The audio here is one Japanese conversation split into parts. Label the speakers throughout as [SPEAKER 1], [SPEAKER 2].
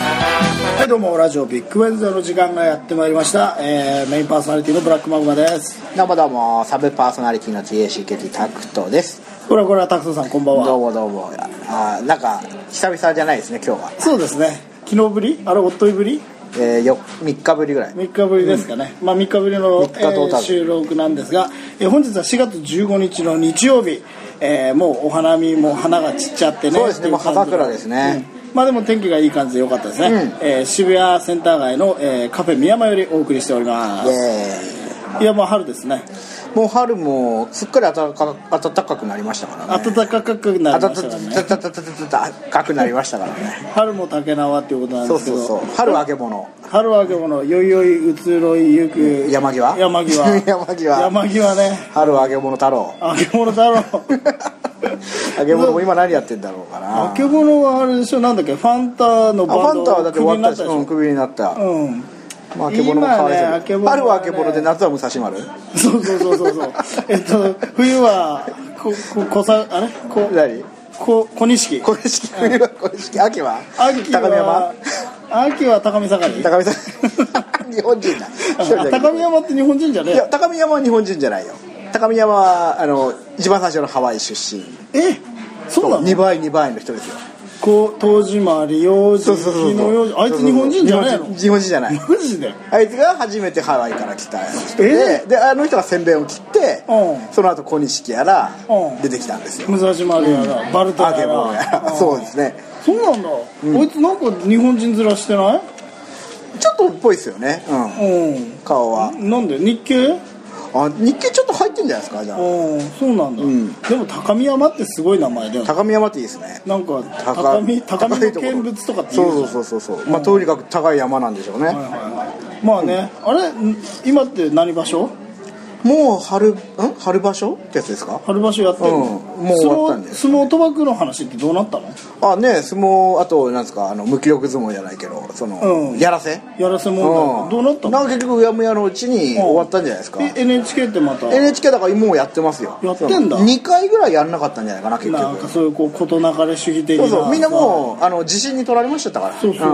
[SPEAKER 1] はいどうもラジオビッグウェンズデーの時間がやってまいりました、えーメインパーソナリティのブラックマグマです
[SPEAKER 2] どうもどうもサブパーソナリティの GACKT タクトです
[SPEAKER 1] これはこれはタクトさんこんばん
[SPEAKER 2] ど
[SPEAKER 1] は
[SPEAKER 2] うもどうもあーなんか久々じゃないですね今日は、
[SPEAKER 1] そうですね昨日ぶりあれおっといぶり
[SPEAKER 2] えー、よ3日ぶりぐらい
[SPEAKER 1] 3日ぶりですかね、まあ3日ぶりの、
[SPEAKER 2] 三日トータル
[SPEAKER 1] えー収録なんですが、えー本日は4月15日の日曜日、えーもうお花見も花が散っちゃってね
[SPEAKER 2] そうです
[SPEAKER 1] って
[SPEAKER 2] ね
[SPEAKER 1] い感じ
[SPEAKER 2] もう葉桜ですね
[SPEAKER 1] うんまあでも天気がいい感じで良かったですね、えー渋谷センター街の、えーカフェ宮間よりお送りしておりま
[SPEAKER 2] イ
[SPEAKER 1] す
[SPEAKER 2] エ
[SPEAKER 1] いやもう春ですね
[SPEAKER 2] ーイもう春もすっかり暖か暖かくなりましたからね
[SPEAKER 1] 暖かくなりましたからね
[SPEAKER 2] 暖かくなりましたからね
[SPEAKER 1] 春も竹縄っていうことなん
[SPEAKER 2] そ
[SPEAKER 1] です
[SPEAKER 2] う
[SPEAKER 1] け
[SPEAKER 2] そ
[SPEAKER 1] ど
[SPEAKER 2] うそう春揚げ物
[SPEAKER 1] 春は今日のよいよい移ろいゆく
[SPEAKER 2] 山際
[SPEAKER 1] 山際
[SPEAKER 2] 山際
[SPEAKER 1] 山際ね
[SPEAKER 2] 春揚げ物太郎
[SPEAKER 1] あけもの だろう
[SPEAKER 2] 揚げ物も今何やってんだろうかな
[SPEAKER 1] あけものはあれでしょなんだっけファンタの
[SPEAKER 2] あフ
[SPEAKER 1] バン
[SPEAKER 2] ァ
[SPEAKER 1] ド
[SPEAKER 2] ンタはだって終わったでし
[SPEAKER 1] クビに
[SPEAKER 2] ょ
[SPEAKER 1] な
[SPEAKER 2] うんクビにな
[SPEAKER 1] た
[SPEAKER 2] った
[SPEAKER 1] でしょうん
[SPEAKER 2] まあ、あけぼのも可愛
[SPEAKER 1] 今
[SPEAKER 2] い
[SPEAKER 1] ねあ
[SPEAKER 2] け
[SPEAKER 1] けぼ
[SPEAKER 2] ど、
[SPEAKER 1] のは
[SPEAKER 2] 春
[SPEAKER 1] ね
[SPEAKER 2] はあけぼので夏は武蔵丸
[SPEAKER 1] そうそうそうそう そうえっと冬はこここさあれこ
[SPEAKER 2] 何
[SPEAKER 1] こ小錦
[SPEAKER 2] 小錦冬は小錦秋は
[SPEAKER 1] 秋
[SPEAKER 2] 高見山
[SPEAKER 1] は秋は高見盛り
[SPEAKER 2] 高見 さん日本人だ一人だ
[SPEAKER 1] あ
[SPEAKER 2] け
[SPEAKER 1] 高見山って日本人じゃね
[SPEAKER 2] いや高見山は日本人じゃないよ高見山はあの一番最初のハワイ出身
[SPEAKER 1] ええそうなの
[SPEAKER 2] 2倍2倍の人ですよ
[SPEAKER 1] こう戸締まり用事
[SPEAKER 2] そうそうそう
[SPEAKER 1] 日
[SPEAKER 2] そ
[SPEAKER 1] の用事
[SPEAKER 2] う
[SPEAKER 1] あいつ日本人じゃない
[SPEAKER 2] 日
[SPEAKER 1] の
[SPEAKER 2] 本人日本人じゃない
[SPEAKER 1] マジで
[SPEAKER 2] あいつが初めてハワイから来た人で
[SPEAKER 1] え
[SPEAKER 2] であの人がせんべいを切って
[SPEAKER 1] うん
[SPEAKER 2] その後小錦やら
[SPEAKER 1] うん
[SPEAKER 2] 出てきたんですよ
[SPEAKER 1] 武蔵丸やら、バルト
[SPEAKER 2] あ
[SPEAKER 1] や
[SPEAKER 2] けぼのや
[SPEAKER 1] ら
[SPEAKER 2] らそうですね
[SPEAKER 1] そうなんだ、こいつなんか日本人面してない
[SPEAKER 2] ちょっとっぽいですよねうん
[SPEAKER 1] う
[SPEAKER 2] 顔は
[SPEAKER 1] んなんで日系うん
[SPEAKER 2] あ日系ちょっと入ってんじゃないですかじゃあ
[SPEAKER 1] そうなんだ、でも高見山ってすごい名前だよね
[SPEAKER 2] 高見山っていいですね
[SPEAKER 1] なんか高見高見の見物とかって言うじゃん
[SPEAKER 2] そうそうそうそう、まあとにかく高い山なんでしょうね、
[SPEAKER 1] はいはいはいまあね、あれん今って何場所
[SPEAKER 2] もう春ん春場所ってやつですか
[SPEAKER 1] 春場所やってるの、
[SPEAKER 2] うんもう終わったんだよ
[SPEAKER 1] 相撲相撲賭博の話ってどうなったの
[SPEAKER 2] あね相撲あとなんですかあの無気力相撲じゃないけどその、
[SPEAKER 1] うん
[SPEAKER 2] やらせ
[SPEAKER 1] やらせ
[SPEAKER 2] う
[SPEAKER 1] 問題、どうなった
[SPEAKER 2] な
[SPEAKER 1] の
[SPEAKER 2] んか結局うやむやのうちに終わったんじゃないですか、
[SPEAKER 1] え NHK ってまた
[SPEAKER 2] NHK だからもうやってますよ
[SPEAKER 1] やってんだ
[SPEAKER 2] 2回ぐらいやんなかったんじゃないかな結局
[SPEAKER 1] なんかそういうこう事なかれ主義的な
[SPEAKER 2] そうそうみんなもうあの地震に取られましたから
[SPEAKER 1] そうそうそ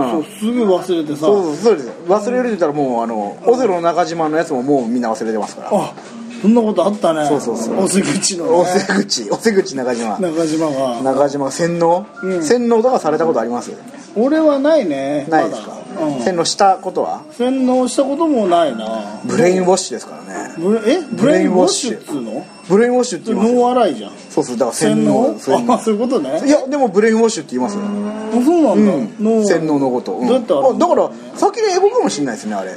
[SPEAKER 1] う、
[SPEAKER 2] ん
[SPEAKER 1] すぐ忘れてさ
[SPEAKER 2] そうそうそうです忘れるって言ったらもうあのオセロの中島のやつももうみんな忘れてますから
[SPEAKER 1] あそんなことあったね
[SPEAKER 2] そうそうそう
[SPEAKER 1] おせ口の、ね、
[SPEAKER 2] おせ口おせ口中島
[SPEAKER 1] 中島が
[SPEAKER 2] 中島洗脳、
[SPEAKER 1] うん
[SPEAKER 2] 洗脳とかされたことあります
[SPEAKER 1] 俺はないね
[SPEAKER 2] ないですか、
[SPEAKER 1] まだうん
[SPEAKER 2] 洗脳したことは
[SPEAKER 1] 洗脳したこともないな
[SPEAKER 2] ブレインウォッシュですからね
[SPEAKER 1] ブレえブ
[SPEAKER 2] ブレ
[SPEAKER 1] レイ
[SPEAKER 2] イ
[SPEAKER 1] ン
[SPEAKER 2] ン
[SPEAKER 1] ウ
[SPEAKER 2] ウ
[SPEAKER 1] ォ
[SPEAKER 2] ォ
[SPEAKER 1] ッ
[SPEAKER 2] ッ
[SPEAKER 1] シ
[SPEAKER 2] シ
[SPEAKER 1] ュ
[SPEAKER 2] ュ
[SPEAKER 1] っつうの
[SPEAKER 2] ブレインウォッシュって言いますよ
[SPEAKER 1] 脳洗いじゃん
[SPEAKER 2] そうそうだから
[SPEAKER 1] 洗
[SPEAKER 2] 洗
[SPEAKER 1] 脳
[SPEAKER 2] 脳洗脳
[SPEAKER 1] あそういうことね
[SPEAKER 2] いやでもブレインウォッシュって言いますよ、
[SPEAKER 1] あそうなんだ、脳
[SPEAKER 2] 洗脳のこと、うん
[SPEAKER 1] どうやってある
[SPEAKER 2] あだから先に英語かもしれないですねあれ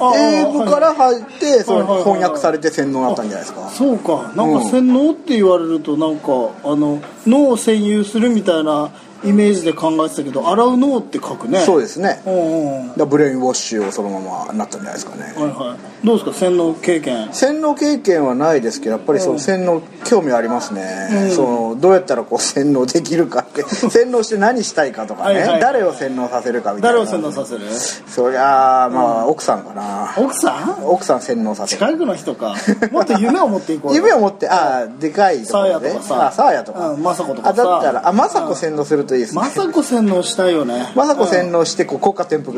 [SPEAKER 1] ああ
[SPEAKER 2] 英語から入ってそれ
[SPEAKER 1] はいはいはいはい
[SPEAKER 2] 翻訳されて洗脳になったんじゃないですか
[SPEAKER 1] そうかなん
[SPEAKER 2] う
[SPEAKER 1] か
[SPEAKER 2] ん
[SPEAKER 1] 洗脳って言われるとなんかあの脳を占有するみたいなイメージで考えてたけど洗う脳って書くね
[SPEAKER 2] そう
[SPEAKER 1] で
[SPEAKER 2] ですね
[SPEAKER 1] すうんうん
[SPEAKER 2] だからブレインウォッシュをそのままなったんじゃないですかね
[SPEAKER 1] はいはいどうですか洗脳経験
[SPEAKER 2] 洗脳経験はないですけどやっぱりその洗脳興味ありますね、そのどうやったらこう洗脳できるかって 洗脳して何したいかとかね
[SPEAKER 1] はいはい
[SPEAKER 2] 誰を洗脳させるかみたい
[SPEAKER 1] 誰を
[SPEAKER 2] な
[SPEAKER 1] 洗脳させる
[SPEAKER 2] そりゃあまあ、奥さんかな
[SPEAKER 1] 奥さん
[SPEAKER 2] 奥さん洗脳させる
[SPEAKER 1] 近くの人かもっと夢を持っていこうよ
[SPEAKER 2] 夢を持ってああでかいところ
[SPEAKER 1] サー
[SPEAKER 2] で
[SPEAKER 1] ヤとかさ
[SPEAKER 2] あサーヤとか
[SPEAKER 1] うん政子とかさ
[SPEAKER 2] あだったらあ政子洗脳するといいですね
[SPEAKER 1] 雅子洗脳したいよね
[SPEAKER 2] 政子洗脳してこう国家転覆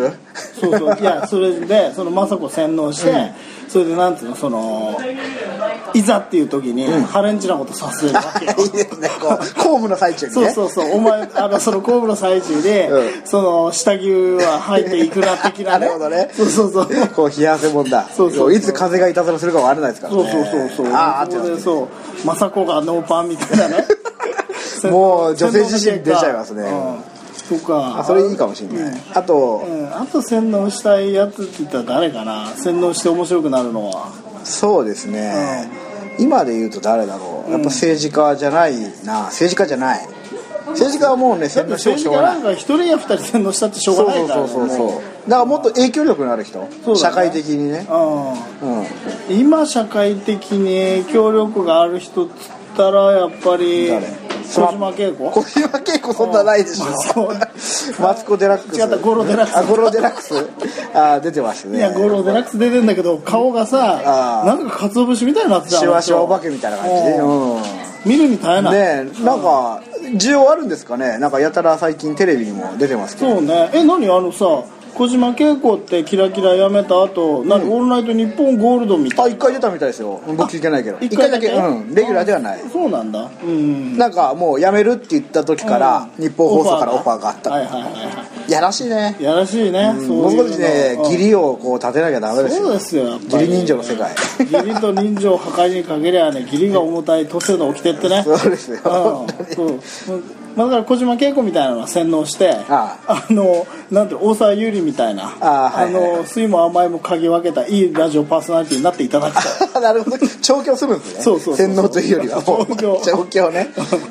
[SPEAKER 1] そうそういやそれでその雅子洗脳して、それでなんつうのそのいざっていう時に、ハレンチなことさせるわけよ
[SPEAKER 2] いいですねこう公務の最中に
[SPEAKER 1] そう
[SPEAKER 2] ね
[SPEAKER 1] そうそうお前あのその公務の最中で、
[SPEAKER 2] う
[SPEAKER 1] その下着は履いていくな的なね
[SPEAKER 2] なるほどね
[SPEAKER 1] そうそうそう
[SPEAKER 2] こう冷や汗もんだ
[SPEAKER 1] そうそうそう
[SPEAKER 2] こいつ風がいたずらするかわからないですから
[SPEAKER 1] そ
[SPEAKER 2] ね
[SPEAKER 1] うそうそうそう
[SPEAKER 2] あーあっ
[SPEAKER 1] そ
[SPEAKER 2] てな
[SPEAKER 1] こ
[SPEAKER 2] って
[SPEAKER 1] でそう雅子がノーパンみたいなね
[SPEAKER 2] もう女性自身出ちゃいますね
[SPEAKER 1] うんとか
[SPEAKER 2] あそれいいかもしれない、あと、
[SPEAKER 1] うんあと洗脳したいやつって言ったら誰かな洗脳して面白くなるのは
[SPEAKER 2] そうですね、今で言うと誰だろうやっぱ政治家じゃないな政治家じゃない政治家はもう
[SPEAKER 1] だ
[SPEAKER 2] ね
[SPEAKER 1] っ
[SPEAKER 2] 洗
[SPEAKER 1] て
[SPEAKER 2] 脳しても
[SPEAKER 1] 政
[SPEAKER 2] し
[SPEAKER 1] 治
[SPEAKER 2] ょう
[SPEAKER 1] 家
[SPEAKER 2] がな
[SPEAKER 1] ないんか一人や二人洗脳したってしょう
[SPEAKER 2] そう
[SPEAKER 1] がな
[SPEAKER 2] そ
[SPEAKER 1] いうから
[SPEAKER 2] そ
[SPEAKER 1] ね
[SPEAKER 2] うそうそうだからもっと影響力のある人、
[SPEAKER 1] ね
[SPEAKER 2] 社会的にね
[SPEAKER 1] う
[SPEAKER 2] うん
[SPEAKER 1] ん今社会的に影響力がある人っつったらやっぱり
[SPEAKER 2] 誰
[SPEAKER 1] 小島慶子
[SPEAKER 2] 小島慶子そんなないでしょ マツコ・デラックス
[SPEAKER 1] 違ったゴロデラックス
[SPEAKER 2] あゴロデラックスあー出てましたね
[SPEAKER 1] いやゴロデラックス出てんだけど顔がさ
[SPEAKER 2] あー
[SPEAKER 1] なんか鰹節みたいになってた
[SPEAKER 2] シワシワお化けみたいな感じで
[SPEAKER 1] うん
[SPEAKER 2] うん
[SPEAKER 1] 見るに耐えない
[SPEAKER 2] ねえなんか需要あるんですかねなんかやたら最近テレビにも出てますけど
[SPEAKER 1] そうねえ何あのさ小島慶子ってキラキラやめた後何、オールナイト日本ゴールドみたい
[SPEAKER 2] あ一回出たみたいですよ僕聞いてないけど
[SPEAKER 1] 一
[SPEAKER 2] 一
[SPEAKER 1] 回だ
[SPEAKER 2] 回だ
[SPEAKER 1] け
[SPEAKER 2] けうんレギュラーではない
[SPEAKER 1] そうなんだうん
[SPEAKER 2] なんかもう辞めるって言った時から日本放送からオファーがあった
[SPEAKER 1] はいはいはいはい
[SPEAKER 2] やらしいね
[SPEAKER 1] やらしいね、そう
[SPEAKER 2] もう
[SPEAKER 1] いうの
[SPEAKER 2] 少しね
[SPEAKER 1] うん
[SPEAKER 2] 義理をこう立てなきゃダメです
[SPEAKER 1] そうで
[SPEAKER 2] よ
[SPEAKER 1] すよやっぱり
[SPEAKER 2] 義理人情の世界
[SPEAKER 1] 義理と人情を破壊にかけりゃね義理が重たい都政の掟ってね
[SPEAKER 2] そうですよ本当に
[SPEAKER 1] うんそうまあだから小島慶子みたいなのは洗脳して
[SPEAKER 2] あ
[SPEAKER 1] のなんていうの大沢優里みたいな
[SPEAKER 2] あはいはいはい
[SPEAKER 1] の酸いも甘いも嗅ぎ分けたいいラジオパーソナリティになっていただきたい
[SPEAKER 2] なるほど調教するんですね
[SPEAKER 1] そうそうそう
[SPEAKER 2] 洗脳というよりはもう
[SPEAKER 1] 調教
[SPEAKER 2] 調教ね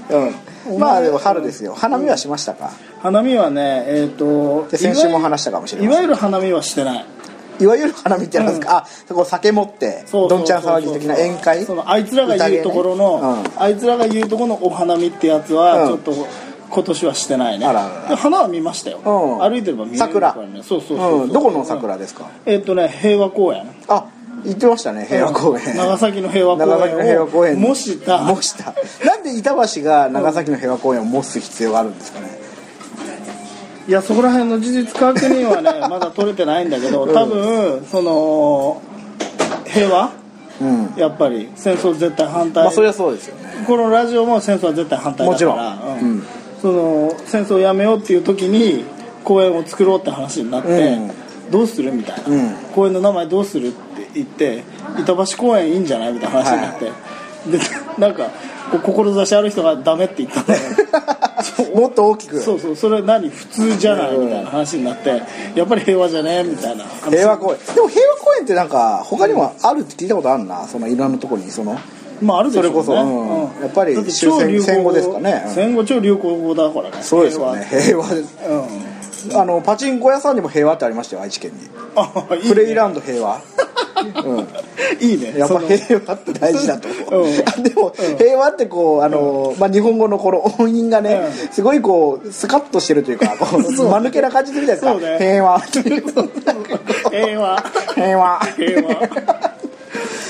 [SPEAKER 1] お前
[SPEAKER 2] うんまあでも春ですよ花見はしましたか
[SPEAKER 1] 花見はねえっ、と
[SPEAKER 2] で先週も話したかもしれ
[SPEAKER 1] い
[SPEAKER 2] ま
[SPEAKER 1] わ
[SPEAKER 2] せん
[SPEAKER 1] ゆる花見はしてない
[SPEAKER 2] いわゆる花見ってなんですか、あそこ酒持って
[SPEAKER 1] そうそう
[SPEAKER 2] どんちゃん騒ぎ的な宴会
[SPEAKER 1] そのあいつらが言うところの、
[SPEAKER 2] 宴ね
[SPEAKER 1] あいつらが言うところのお花見ってやつは、
[SPEAKER 2] うん
[SPEAKER 1] ちょっと今年はしてないね
[SPEAKER 2] あらあらあら
[SPEAKER 1] で花は見ましたよ、
[SPEAKER 2] うん
[SPEAKER 1] 歩いてれば見える
[SPEAKER 2] 桜
[SPEAKER 1] からねそうそう
[SPEAKER 2] う
[SPEAKER 1] そうそう、
[SPEAKER 2] ん、うんどこの桜ですか、
[SPEAKER 1] えっ、とね平和公園
[SPEAKER 2] あ言ってましたね平和公園、
[SPEAKER 1] 長崎の平和公園を
[SPEAKER 2] 長崎の平和公園
[SPEAKER 1] 模した
[SPEAKER 2] 模したなんで板橋が長崎の平和公園を模す必要があるんですかね、
[SPEAKER 1] いやそこら辺の事実確認はね まだ取れてないんだけど多分その平和
[SPEAKER 2] うん
[SPEAKER 1] やっぱり戦争絶対反対、
[SPEAKER 2] まあそりゃそうですよね
[SPEAKER 1] このラジオも戦争は絶対反対だから
[SPEAKER 2] もちろ
[SPEAKER 1] う
[SPEAKER 2] んうん
[SPEAKER 1] その戦争をやめようっていう時に公園を作ろうって話になって、
[SPEAKER 2] うん
[SPEAKER 1] どうするみたいな、
[SPEAKER 2] うん
[SPEAKER 1] 公園の名前どうするって言って板橋公園いいんじゃないみたいな話になって、でなんかこう志ある人がダメって言ったんだよ
[SPEAKER 2] もっと大きく
[SPEAKER 1] そうそうそれ何普通じゃないみたいな話になってやっぱり平和じゃねみたいな話
[SPEAKER 2] 平和公園でも平和公園ってなんか他にもあるって聞いたことあるなそのいろんなところにその
[SPEAKER 1] まああるでしょうね
[SPEAKER 2] それこそうんやっぱり
[SPEAKER 1] だて超流行語
[SPEAKER 2] 戦後ですかねうん
[SPEAKER 1] 戦後超流行語だからね
[SPEAKER 2] そうですよね平和です
[SPEAKER 1] 平和うん
[SPEAKER 2] あのパチンコ屋さんにも平和ってありましたよ愛知県に
[SPEAKER 1] あいいね
[SPEAKER 2] プレイランド平和うん
[SPEAKER 1] いいね
[SPEAKER 2] やっぱ
[SPEAKER 1] その
[SPEAKER 2] 平和って大事だと思う、
[SPEAKER 1] う
[SPEAKER 2] でも平和ってこうあの、まあ、日本語のこの音韻がね、
[SPEAKER 1] う
[SPEAKER 2] すごいこうスカッとしてるというかこう
[SPEAKER 1] そう
[SPEAKER 2] 間抜けな感じするじゃない
[SPEAKER 1] そう
[SPEAKER 2] ですか、
[SPEAKER 1] ね
[SPEAKER 2] 平和っていう
[SPEAKER 1] 平和
[SPEAKER 2] 平和
[SPEAKER 1] 平和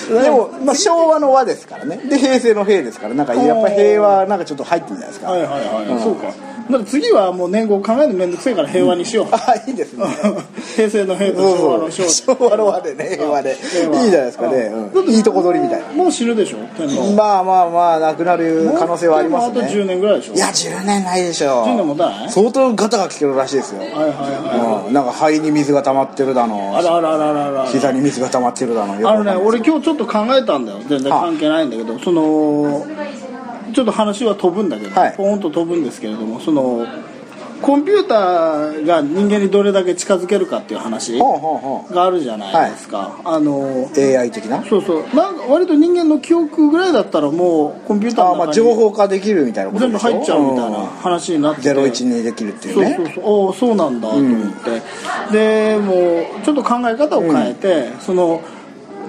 [SPEAKER 2] でも、まあ、昭和の和ですからねで平成の平ですからなんかやっぱ平和なんかちょっと入ってるんじゃないですか、
[SPEAKER 1] はいはいはい、そうかだから次はもう年号考えるのめんどくせえから平和にしよう、
[SPEAKER 2] あいいですね
[SPEAKER 1] 平成の平と昭和の昭
[SPEAKER 2] そうそう昭和の和でね平和でいいじゃ
[SPEAKER 1] 和
[SPEAKER 2] ないですかね、うん
[SPEAKER 1] だって
[SPEAKER 2] いいとこ取りみたいな
[SPEAKER 1] もう死ぬでしょ天皇
[SPEAKER 2] まあまあまあなくなる可能性はあります
[SPEAKER 1] もうあと10
[SPEAKER 2] ね
[SPEAKER 1] 年ぐらいでしょ
[SPEAKER 2] いや10年ないでしょ
[SPEAKER 1] 10年もない
[SPEAKER 2] 相当ガタがきてるらしいですよ、
[SPEAKER 1] はいはいはい
[SPEAKER 2] うん、なんか肺に水が溜まってるだ
[SPEAKER 1] あ
[SPEAKER 2] の
[SPEAKER 1] らあらあらあらあら
[SPEAKER 2] 膝に水が溜まってるだのよく
[SPEAKER 1] あ
[SPEAKER 2] わか
[SPEAKER 1] の
[SPEAKER 2] んな
[SPEAKER 1] ね
[SPEAKER 2] い
[SPEAKER 1] 俺今日ちょっと考えたんだよ全然関係ないんだけどそのちょっと話は飛ぶんだけど、
[SPEAKER 2] はい
[SPEAKER 1] ポーンと飛ぶんですけれどもそのコンピューターが人間にどれだけ近づけるかっていう話
[SPEAKER 2] ほうほうほ
[SPEAKER 1] があるじゃないですか、あの
[SPEAKER 2] う AI 的な
[SPEAKER 1] そうそうなんか割と人間の記憶ぐらいだったらもうコンピューター
[SPEAKER 2] あ
[SPEAKER 1] の
[SPEAKER 2] まあ
[SPEAKER 1] 中に
[SPEAKER 2] 情報化できるみたいなこと
[SPEAKER 1] 全部
[SPEAKER 2] でしょ
[SPEAKER 1] 入っちゃうみたいな話になってて
[SPEAKER 2] うん01にできるっていう
[SPEAKER 1] そう
[SPEAKER 2] ね
[SPEAKER 1] そうそうおおそうなんだと思って、でもうちょっと考え方を変えて、その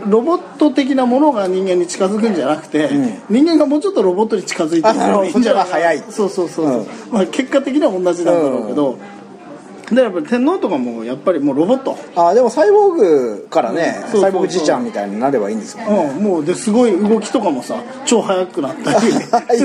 [SPEAKER 1] ロボット的なものが人間に近づくんじゃなくて、人間がもうちょっとロボットに近づいて
[SPEAKER 2] あなるほど
[SPEAKER 1] いいんじゃないか
[SPEAKER 2] そっちの方が早い
[SPEAKER 1] そうそうそうそう、まあ、結果的には同じなんだろうけど、でやっぱり天皇とかもやっぱりもうロボット、
[SPEAKER 2] あでもサイボーグからね、
[SPEAKER 1] うんそうそうそう
[SPEAKER 2] サイボーグじいちゃんみたいになればいいんですよ
[SPEAKER 1] うん、もうですごい動きとかもさ超速くなったり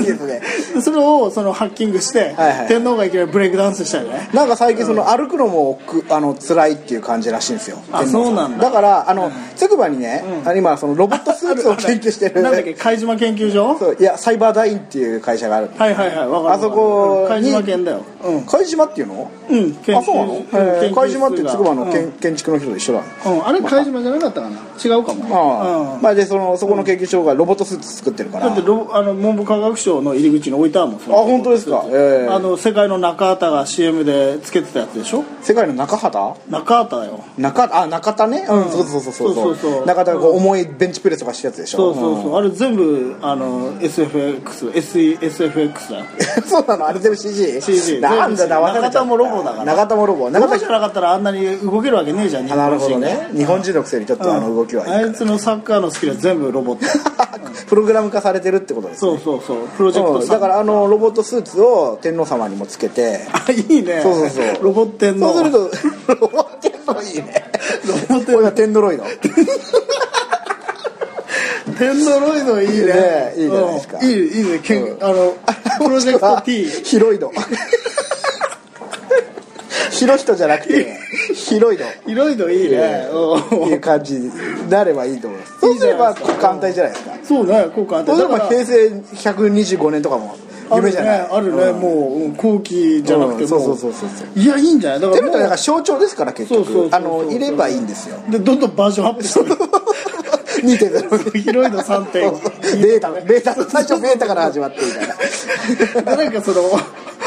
[SPEAKER 2] いいですね
[SPEAKER 1] で それをそのハッキングして、
[SPEAKER 2] はいはい
[SPEAKER 1] 天皇がいきなりブレイクダンスしたり ね
[SPEAKER 2] なんか最近その歩くのもおっくあの辛いっていう感じらしいんですよ
[SPEAKER 1] あ
[SPEAKER 2] 天皇さ
[SPEAKER 1] そうなんだ
[SPEAKER 2] からあのつくばにね、あの今そのロボットスーツを研究してる
[SPEAKER 1] なんだっけ貝島研究所
[SPEAKER 2] そういやサイバーダインっていう会社がある
[SPEAKER 1] はいはいはいわかる
[SPEAKER 2] あそこ
[SPEAKER 1] 貝
[SPEAKER 2] に
[SPEAKER 1] 島県だようん
[SPEAKER 2] 貝島っていうの
[SPEAKER 1] うん
[SPEAKER 2] あそうなの
[SPEAKER 1] 研究室
[SPEAKER 2] へー
[SPEAKER 1] が
[SPEAKER 2] 貝島ってつくばの
[SPEAKER 1] う
[SPEAKER 2] 建
[SPEAKER 1] ん
[SPEAKER 2] 建築の人と一緒なの
[SPEAKER 1] うんあれ貝島じゃなかったかな違うか
[SPEAKER 2] あ
[SPEAKER 1] も
[SPEAKER 2] あ
[SPEAKER 1] うん
[SPEAKER 2] まあでそのそこの研究所がロボットスーツ作ってるから
[SPEAKER 1] だってロボあの文部科学省の入り口に置いてあるもんあ
[SPEAKER 2] あ本当ですかええ
[SPEAKER 1] あの世界の中畑が CM でつけてたやつでしょ
[SPEAKER 2] 世界の中畑
[SPEAKER 1] 中畑だよ
[SPEAKER 2] 中あ中田ねうんそうそうそうそう
[SPEAKER 1] そうそうそう
[SPEAKER 2] 中田がこう重いベンチプレスとかしてるやつでしょ
[SPEAKER 1] そうそうそうあれ全部あの SFXSESFX だよ
[SPEAKER 2] うん そうなのあれ全部 CG
[SPEAKER 1] CG
[SPEAKER 2] なんだな忘れちゃった
[SPEAKER 1] 中田もロボだから
[SPEAKER 2] 中田もロボ
[SPEAKER 1] ロ
[SPEAKER 2] 中
[SPEAKER 1] ボ
[SPEAKER 2] 田
[SPEAKER 1] じゃなかったらあんなに動けるわけねえじゃん日
[SPEAKER 2] あ
[SPEAKER 1] 本人
[SPEAKER 2] なるほど
[SPEAKER 1] が
[SPEAKER 2] ね日本人のくせにちょっとあの動きはいいか
[SPEAKER 1] あ
[SPEAKER 2] ら
[SPEAKER 1] いつのサッカーのスキルは全部ロボット
[SPEAKER 2] プログラム化されてるってことです
[SPEAKER 1] そうそうそうプロジェク
[SPEAKER 2] う
[SPEAKER 1] ト
[SPEAKER 2] んだかららあのロボットスーツを天皇様にもつけて
[SPEAKER 1] あいいね
[SPEAKER 2] そうそうそう
[SPEAKER 1] ロボットの
[SPEAKER 2] そうするとロボット天皇いいね
[SPEAKER 1] ロボット
[SPEAKER 2] これは天ロイド
[SPEAKER 1] テンドロイドいいね
[SPEAKER 2] いいねいいじゃないですか
[SPEAKER 1] うんいいいいねけ んあのプロジェクト T
[SPEAKER 2] ヒロイド広人じゃなくて広いの
[SPEAKER 1] いろいろいいねうん
[SPEAKER 2] いう感じになればいいと思いますそうすれば簡単じゃないですか
[SPEAKER 1] そうね効果あって
[SPEAKER 2] そうすれば
[SPEAKER 1] だから
[SPEAKER 2] 平成125年とかも夢じゃない
[SPEAKER 1] あるねあるね
[SPEAKER 2] うん
[SPEAKER 1] もううん後期じゃなく
[SPEAKER 2] う
[SPEAKER 1] て
[SPEAKER 2] んそう
[SPEAKER 1] も
[SPEAKER 2] そうそうそうそう
[SPEAKER 1] いやいいんじゃないだか
[SPEAKER 2] で
[SPEAKER 1] ら
[SPEAKER 2] も
[SPEAKER 1] も
[SPEAKER 2] だから
[SPEAKER 1] う
[SPEAKER 2] 象徴ですから結
[SPEAKER 1] そうそうそう
[SPEAKER 2] 局
[SPEAKER 1] そう
[SPEAKER 2] あのいればいいんですよ
[SPEAKER 1] でどんどんバージョンアップしてる
[SPEAKER 2] 2.0
[SPEAKER 1] 広いの3点
[SPEAKER 2] データベータ最初ベータから始まってみ たいな
[SPEAKER 1] でなんかその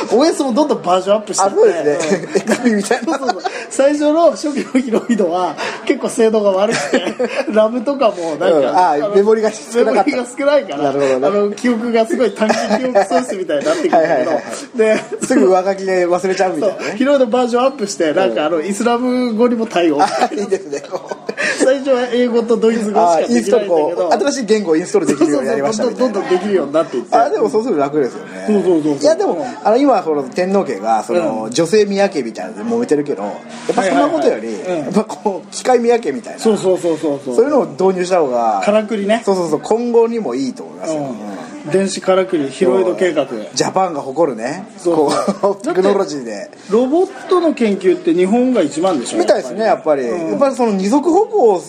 [SPEAKER 1] OS もどんどんバージョンアップして
[SPEAKER 2] あ
[SPEAKER 1] って
[SPEAKER 2] そうですねエクビみたい
[SPEAKER 1] そう
[SPEAKER 2] な
[SPEAKER 1] そうそう最初の初期のヒロイドは結構精度が悪くてラムとかもなんか、
[SPEAKER 2] うんあー
[SPEAKER 1] の
[SPEAKER 2] メモリが少なかった
[SPEAKER 1] メモリが少ないから
[SPEAKER 2] なるほどね
[SPEAKER 1] あの記憶がすごい短期記憶喪失みたいになってくるんだけど
[SPEAKER 2] はいはいはい
[SPEAKER 1] です
[SPEAKER 2] ぐ上書きで忘れちゃうみたいなね
[SPEAKER 1] ヒロイドバージョンアップしてなんかあのイスラム語にも対応
[SPEAKER 2] あいいですねこう
[SPEAKER 1] 最初は英語とドイツ語し
[SPEAKER 2] あ
[SPEAKER 1] か
[SPEAKER 2] イン
[SPEAKER 1] で
[SPEAKER 2] ス
[SPEAKER 1] き
[SPEAKER 2] ト
[SPEAKER 1] ない
[SPEAKER 2] ー
[SPEAKER 1] ん
[SPEAKER 2] ル
[SPEAKER 1] だけ
[SPEAKER 2] こ
[SPEAKER 1] ど
[SPEAKER 2] う新しい言語をインストールできるようになりました
[SPEAKER 1] そう
[SPEAKER 2] み
[SPEAKER 1] そう
[SPEAKER 2] た
[SPEAKER 1] どん
[SPEAKER 2] いな
[SPEAKER 1] どんできるようになっていって
[SPEAKER 2] あでもそうすると楽ですよね
[SPEAKER 1] そうそうそうそう
[SPEAKER 2] いやでもあの今この天皇家がその、女性宮家みたいなので揉めてるけどやっぱそんなことより、
[SPEAKER 1] はいはいはいうん
[SPEAKER 2] やっぱこう機械宮家みたいな
[SPEAKER 1] そうそうそうそうそう
[SPEAKER 2] そういうのを導入した方が
[SPEAKER 1] からくりね
[SPEAKER 2] そうそうそう今後にもいいと思いますよ、
[SPEAKER 1] うん電子からくりヒロイド計画
[SPEAKER 2] ジャパンが誇るね
[SPEAKER 1] そうそう
[SPEAKER 2] こう
[SPEAKER 1] だって
[SPEAKER 2] テクノロジーで
[SPEAKER 1] ロボットの研究って日本が一番でしょ
[SPEAKER 2] みたいですねやっぱり、やっぱりその二足歩行を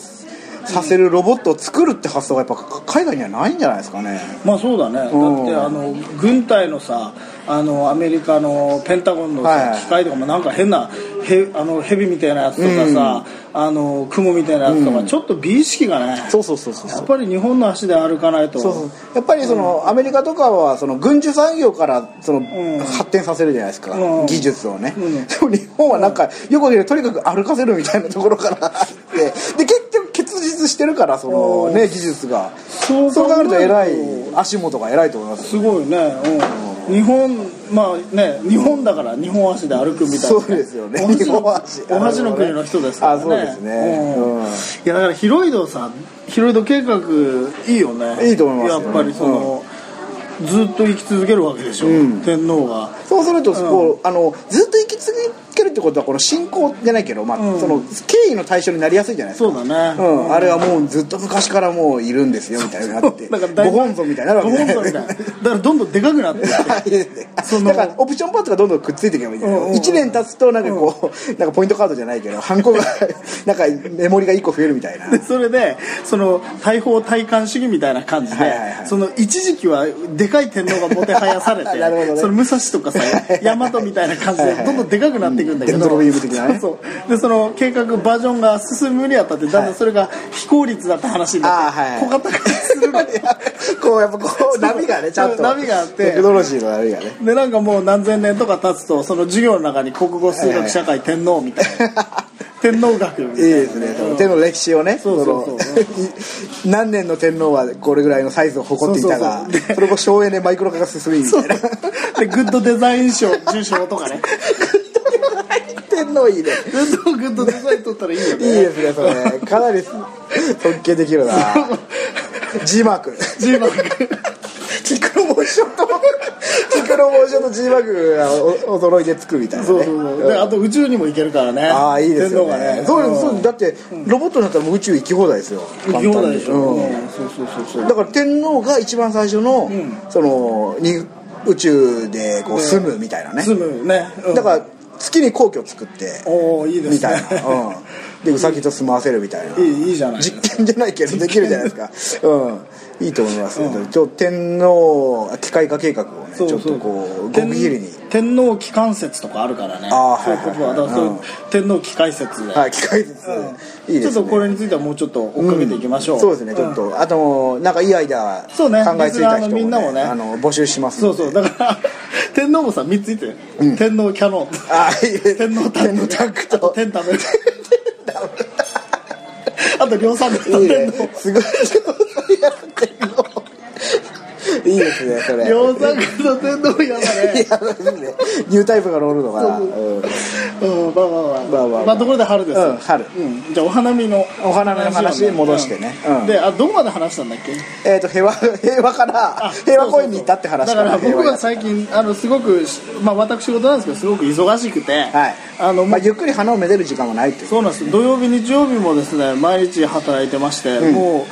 [SPEAKER 2] させるロボットを作るって発想がやっぱ海外にはないんじゃないですかね
[SPEAKER 1] まあそうだねだって
[SPEAKER 2] うん
[SPEAKER 1] あの軍隊のさあのアメリカのペンタゴンのさ、
[SPEAKER 2] はいはい
[SPEAKER 1] 機械とかもなんか変なへあの蛇みたいなやつとかさ、あの雲みたいなやつとか、ちょっと美意識がね
[SPEAKER 2] そうそうそうそう
[SPEAKER 1] やっぱり日本の足で歩かないと
[SPEAKER 2] そうそうやっぱりその、アメリカとかはその軍需産業からその、発展させるじゃないですか、
[SPEAKER 1] うん
[SPEAKER 2] 技術をね、
[SPEAKER 1] うん
[SPEAKER 2] でも日本はなんか、よく言うとにかく歩かせるみたいなところからあってで結局結実してるからその、ね、技術が
[SPEAKER 1] そ
[SPEAKER 2] そう考えると偉い
[SPEAKER 1] 考える
[SPEAKER 2] 足元が偉いと思いま
[SPEAKER 1] と
[SPEAKER 2] す
[SPEAKER 1] すごいね、うん、日本まあね日本だから日本足で歩くみたいな、
[SPEAKER 2] そうですよね
[SPEAKER 1] お箸
[SPEAKER 2] 日
[SPEAKER 1] の
[SPEAKER 2] 本足
[SPEAKER 1] お箸の国の人ですから、ね、
[SPEAKER 2] あそうですね
[SPEAKER 1] うん
[SPEAKER 2] うん
[SPEAKER 1] いやだからヒロイドさんヒロイド計画いいよね
[SPEAKER 2] いいと思いますよ
[SPEAKER 1] やっぱりその、ずっと生き続けるわけでしょ、天皇が
[SPEAKER 2] そうするとこう、あのずっと生き続けるってことはこの信仰じゃないけど、まあ
[SPEAKER 1] うん
[SPEAKER 2] その敬意の対象になりやすいじゃないですか
[SPEAKER 1] そうだね、
[SPEAKER 2] うん、あれはもうずっと昔からもういるんですよみたいになって
[SPEAKER 1] だから
[SPEAKER 2] ご本尊みたいになるわけ
[SPEAKER 1] ご本尊み たいなだからどんどんでかくなってってそ
[SPEAKER 2] そ
[SPEAKER 1] の
[SPEAKER 2] だからオプションパーツがどんどんくっついていけばいいんじゃない、
[SPEAKER 1] うんうんうん
[SPEAKER 2] 1年経つとなんかこう、なんかポイントカードじゃないけどハンコが なんかメモリが1個増えるみたいな
[SPEAKER 1] でそれでその大砲体感主義みたいな感じで、
[SPEAKER 2] はいはいはい
[SPEAKER 1] その一時期はでかい天皇がもてはやされて
[SPEAKER 2] なるほどね
[SPEAKER 1] その武蔵とか さ大和みたいな感じ
[SPEAKER 2] は
[SPEAKER 1] で
[SPEAKER 2] いはい
[SPEAKER 1] どんどんでかくなっていくんだけど、
[SPEAKER 2] うん電動ビーム的なね
[SPEAKER 1] そうそうでその計画バージョンが進むにあたってだんだんそれが非効率だって話になって、
[SPEAKER 2] あーはいはい
[SPEAKER 1] 小型化するの
[SPEAKER 2] こうやっぱこう波がねちゃんと
[SPEAKER 1] 波があって
[SPEAKER 2] テクノロジーの波がね
[SPEAKER 1] でなんかもう何千年とか経つとその授業の中に国語数学社会天皇みたいな 天皇学みたいない
[SPEAKER 2] いですね、 手の歴史をね
[SPEAKER 1] そうそうそう
[SPEAKER 2] その 何年の天皇はこれぐらいのサイズを誇っていたが
[SPEAKER 1] そ
[SPEAKER 2] そう
[SPEAKER 1] そうそうで
[SPEAKER 2] れも省エネマイクロ化が進みみたいな
[SPEAKER 1] でグッドデザイン賞受賞とかね
[SPEAKER 2] 天皇いいね
[SPEAKER 1] グッドグッドデザイン取ったらいいよ
[SPEAKER 2] いい
[SPEAKER 1] ね
[SPEAKER 2] ですねそ れかなり尊敬できるな字幕
[SPEAKER 1] 10番
[SPEAKER 2] ティクロモーションとティクロモーションと G マグがおお揃いで作るみたいなね
[SPEAKER 1] そうそうそうであと宇宙にも行けるからね
[SPEAKER 2] ああいいですよ
[SPEAKER 1] 天皇が
[SPEAKER 2] ね
[SPEAKER 1] ね
[SPEAKER 2] そうですそうですだってロボットになったらもう宇宙行き放題ですよ
[SPEAKER 1] 行き放題でしょ
[SPEAKER 2] 簡単にうん
[SPEAKER 1] うんそうそうそうそう
[SPEAKER 2] だから天皇が一番最初の、そのに宇宙でこう住むみたいなね、
[SPEAKER 1] 住むねうん
[SPEAKER 2] だから月に皇居作って
[SPEAKER 1] おおいいで
[SPEAKER 2] み
[SPEAKER 1] す
[SPEAKER 2] たい
[SPEAKER 1] ね
[SPEAKER 2] な、うん、でウサギと住まわせるみたいな、
[SPEAKER 1] いいいいじゃない
[SPEAKER 2] 実験じゃないけどできるじゃないで すか、うん、いいと思います、ちょ天皇機械化計画をね
[SPEAKER 1] そうそう
[SPEAKER 2] ちょっとこう極秘裏に
[SPEAKER 1] 天天皇機関説とかあるからね
[SPEAKER 2] ああ
[SPEAKER 1] そういうことは
[SPEAKER 2] はい
[SPEAKER 1] だ
[SPEAKER 2] はい
[SPEAKER 1] か
[SPEAKER 2] は
[SPEAKER 1] らそう
[SPEAKER 2] い
[SPEAKER 1] いう天皇機関説で
[SPEAKER 2] はい機械です、いいですね
[SPEAKER 1] ちょっとこれについてはもうちょっと追っかけていきましょう
[SPEAKER 2] そうですねちょっと、あとなんかいいアイデア考
[SPEAKER 1] そうね
[SPEAKER 2] えついた
[SPEAKER 1] リスナーの
[SPEAKER 2] 人も,、ね
[SPEAKER 1] みんなもね
[SPEAKER 2] あの募集します
[SPEAKER 1] そ
[SPEAKER 2] の
[SPEAKER 1] う
[SPEAKER 2] で
[SPEAKER 1] そうだから 天皇もさ3ついてる天皇キャノン
[SPEAKER 2] あいいです
[SPEAKER 1] 天皇タンク
[SPEAKER 2] 天皇タンクと
[SPEAKER 1] 天食べるあと量産の
[SPEAKER 2] いい
[SPEAKER 1] 天
[SPEAKER 2] ね
[SPEAKER 1] 皇。
[SPEAKER 2] すごい。やってんのいいですね、それ。
[SPEAKER 1] 量産の天皇嫌だね
[SPEAKER 2] いやいいねニュータイプが乗るのかな。うん
[SPEAKER 1] うんまあまあま
[SPEAKER 2] ま
[SPEAKER 1] あ
[SPEAKER 2] あまあまあ
[SPEAKER 1] ところで春です
[SPEAKER 2] うん春
[SPEAKER 1] うんじゃあお花見の
[SPEAKER 2] お花見の話
[SPEAKER 1] を
[SPEAKER 2] に戻してね
[SPEAKER 1] うん
[SPEAKER 2] うん
[SPEAKER 1] であどこまで話したんだっけ
[SPEAKER 2] えっと平和平和から
[SPEAKER 1] あ
[SPEAKER 2] 平和公園に行ったって話
[SPEAKER 1] だ
[SPEAKER 2] か
[SPEAKER 1] から
[SPEAKER 2] ら平
[SPEAKER 1] 僕
[SPEAKER 2] 和に
[SPEAKER 1] は最近あのすごくしまあ私事なんですけどすごく忙しくて
[SPEAKER 2] はい。
[SPEAKER 1] あの
[SPEAKER 2] まあゆっくり花をめでる時間はないという。
[SPEAKER 1] そうなんです土曜日日曜日もですね毎日働いてまして、も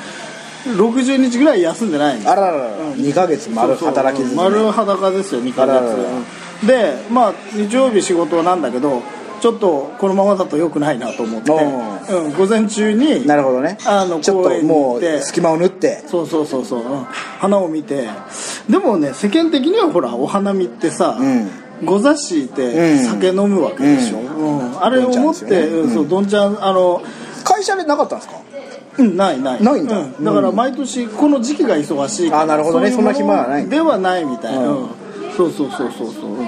[SPEAKER 1] う60日ぐらい休んでないんです
[SPEAKER 2] あららら二ヶ月丸働きずつね。
[SPEAKER 1] 丸裸ですよ2ヶ
[SPEAKER 2] あら
[SPEAKER 1] 月
[SPEAKER 2] らら
[SPEAKER 1] でまあ日曜日仕事なんだけどちょっとこのままだとよくないなと思って、うん、午前中に
[SPEAKER 2] なるほどね
[SPEAKER 1] あの
[SPEAKER 2] ちょっ
[SPEAKER 1] 公
[SPEAKER 2] と
[SPEAKER 1] 園に行
[SPEAKER 2] も
[SPEAKER 1] っ
[SPEAKER 2] う
[SPEAKER 1] て
[SPEAKER 2] 隙間を縫って
[SPEAKER 1] そうそうそうそう、うん花を見てでもね世間的にはほらお花見ってさ、
[SPEAKER 2] うん
[SPEAKER 1] ご座敷
[SPEAKER 2] う
[SPEAKER 1] で
[SPEAKER 2] ん
[SPEAKER 1] 酒飲むわけでしょ、うんあれを持っ
[SPEAKER 2] どんちゃん
[SPEAKER 1] て
[SPEAKER 2] ですよね
[SPEAKER 1] うんそうどんちゃんあの、
[SPEAKER 2] 会社でなかったんですか
[SPEAKER 1] うん、ないない
[SPEAKER 2] ないんだ
[SPEAKER 1] うだから毎年この時期が忙しいから
[SPEAKER 2] あなるほどね
[SPEAKER 1] そういうもの
[SPEAKER 2] そんな暇はない
[SPEAKER 1] ではないみたいな、
[SPEAKER 2] うん
[SPEAKER 1] うんそうそうそうそうそううん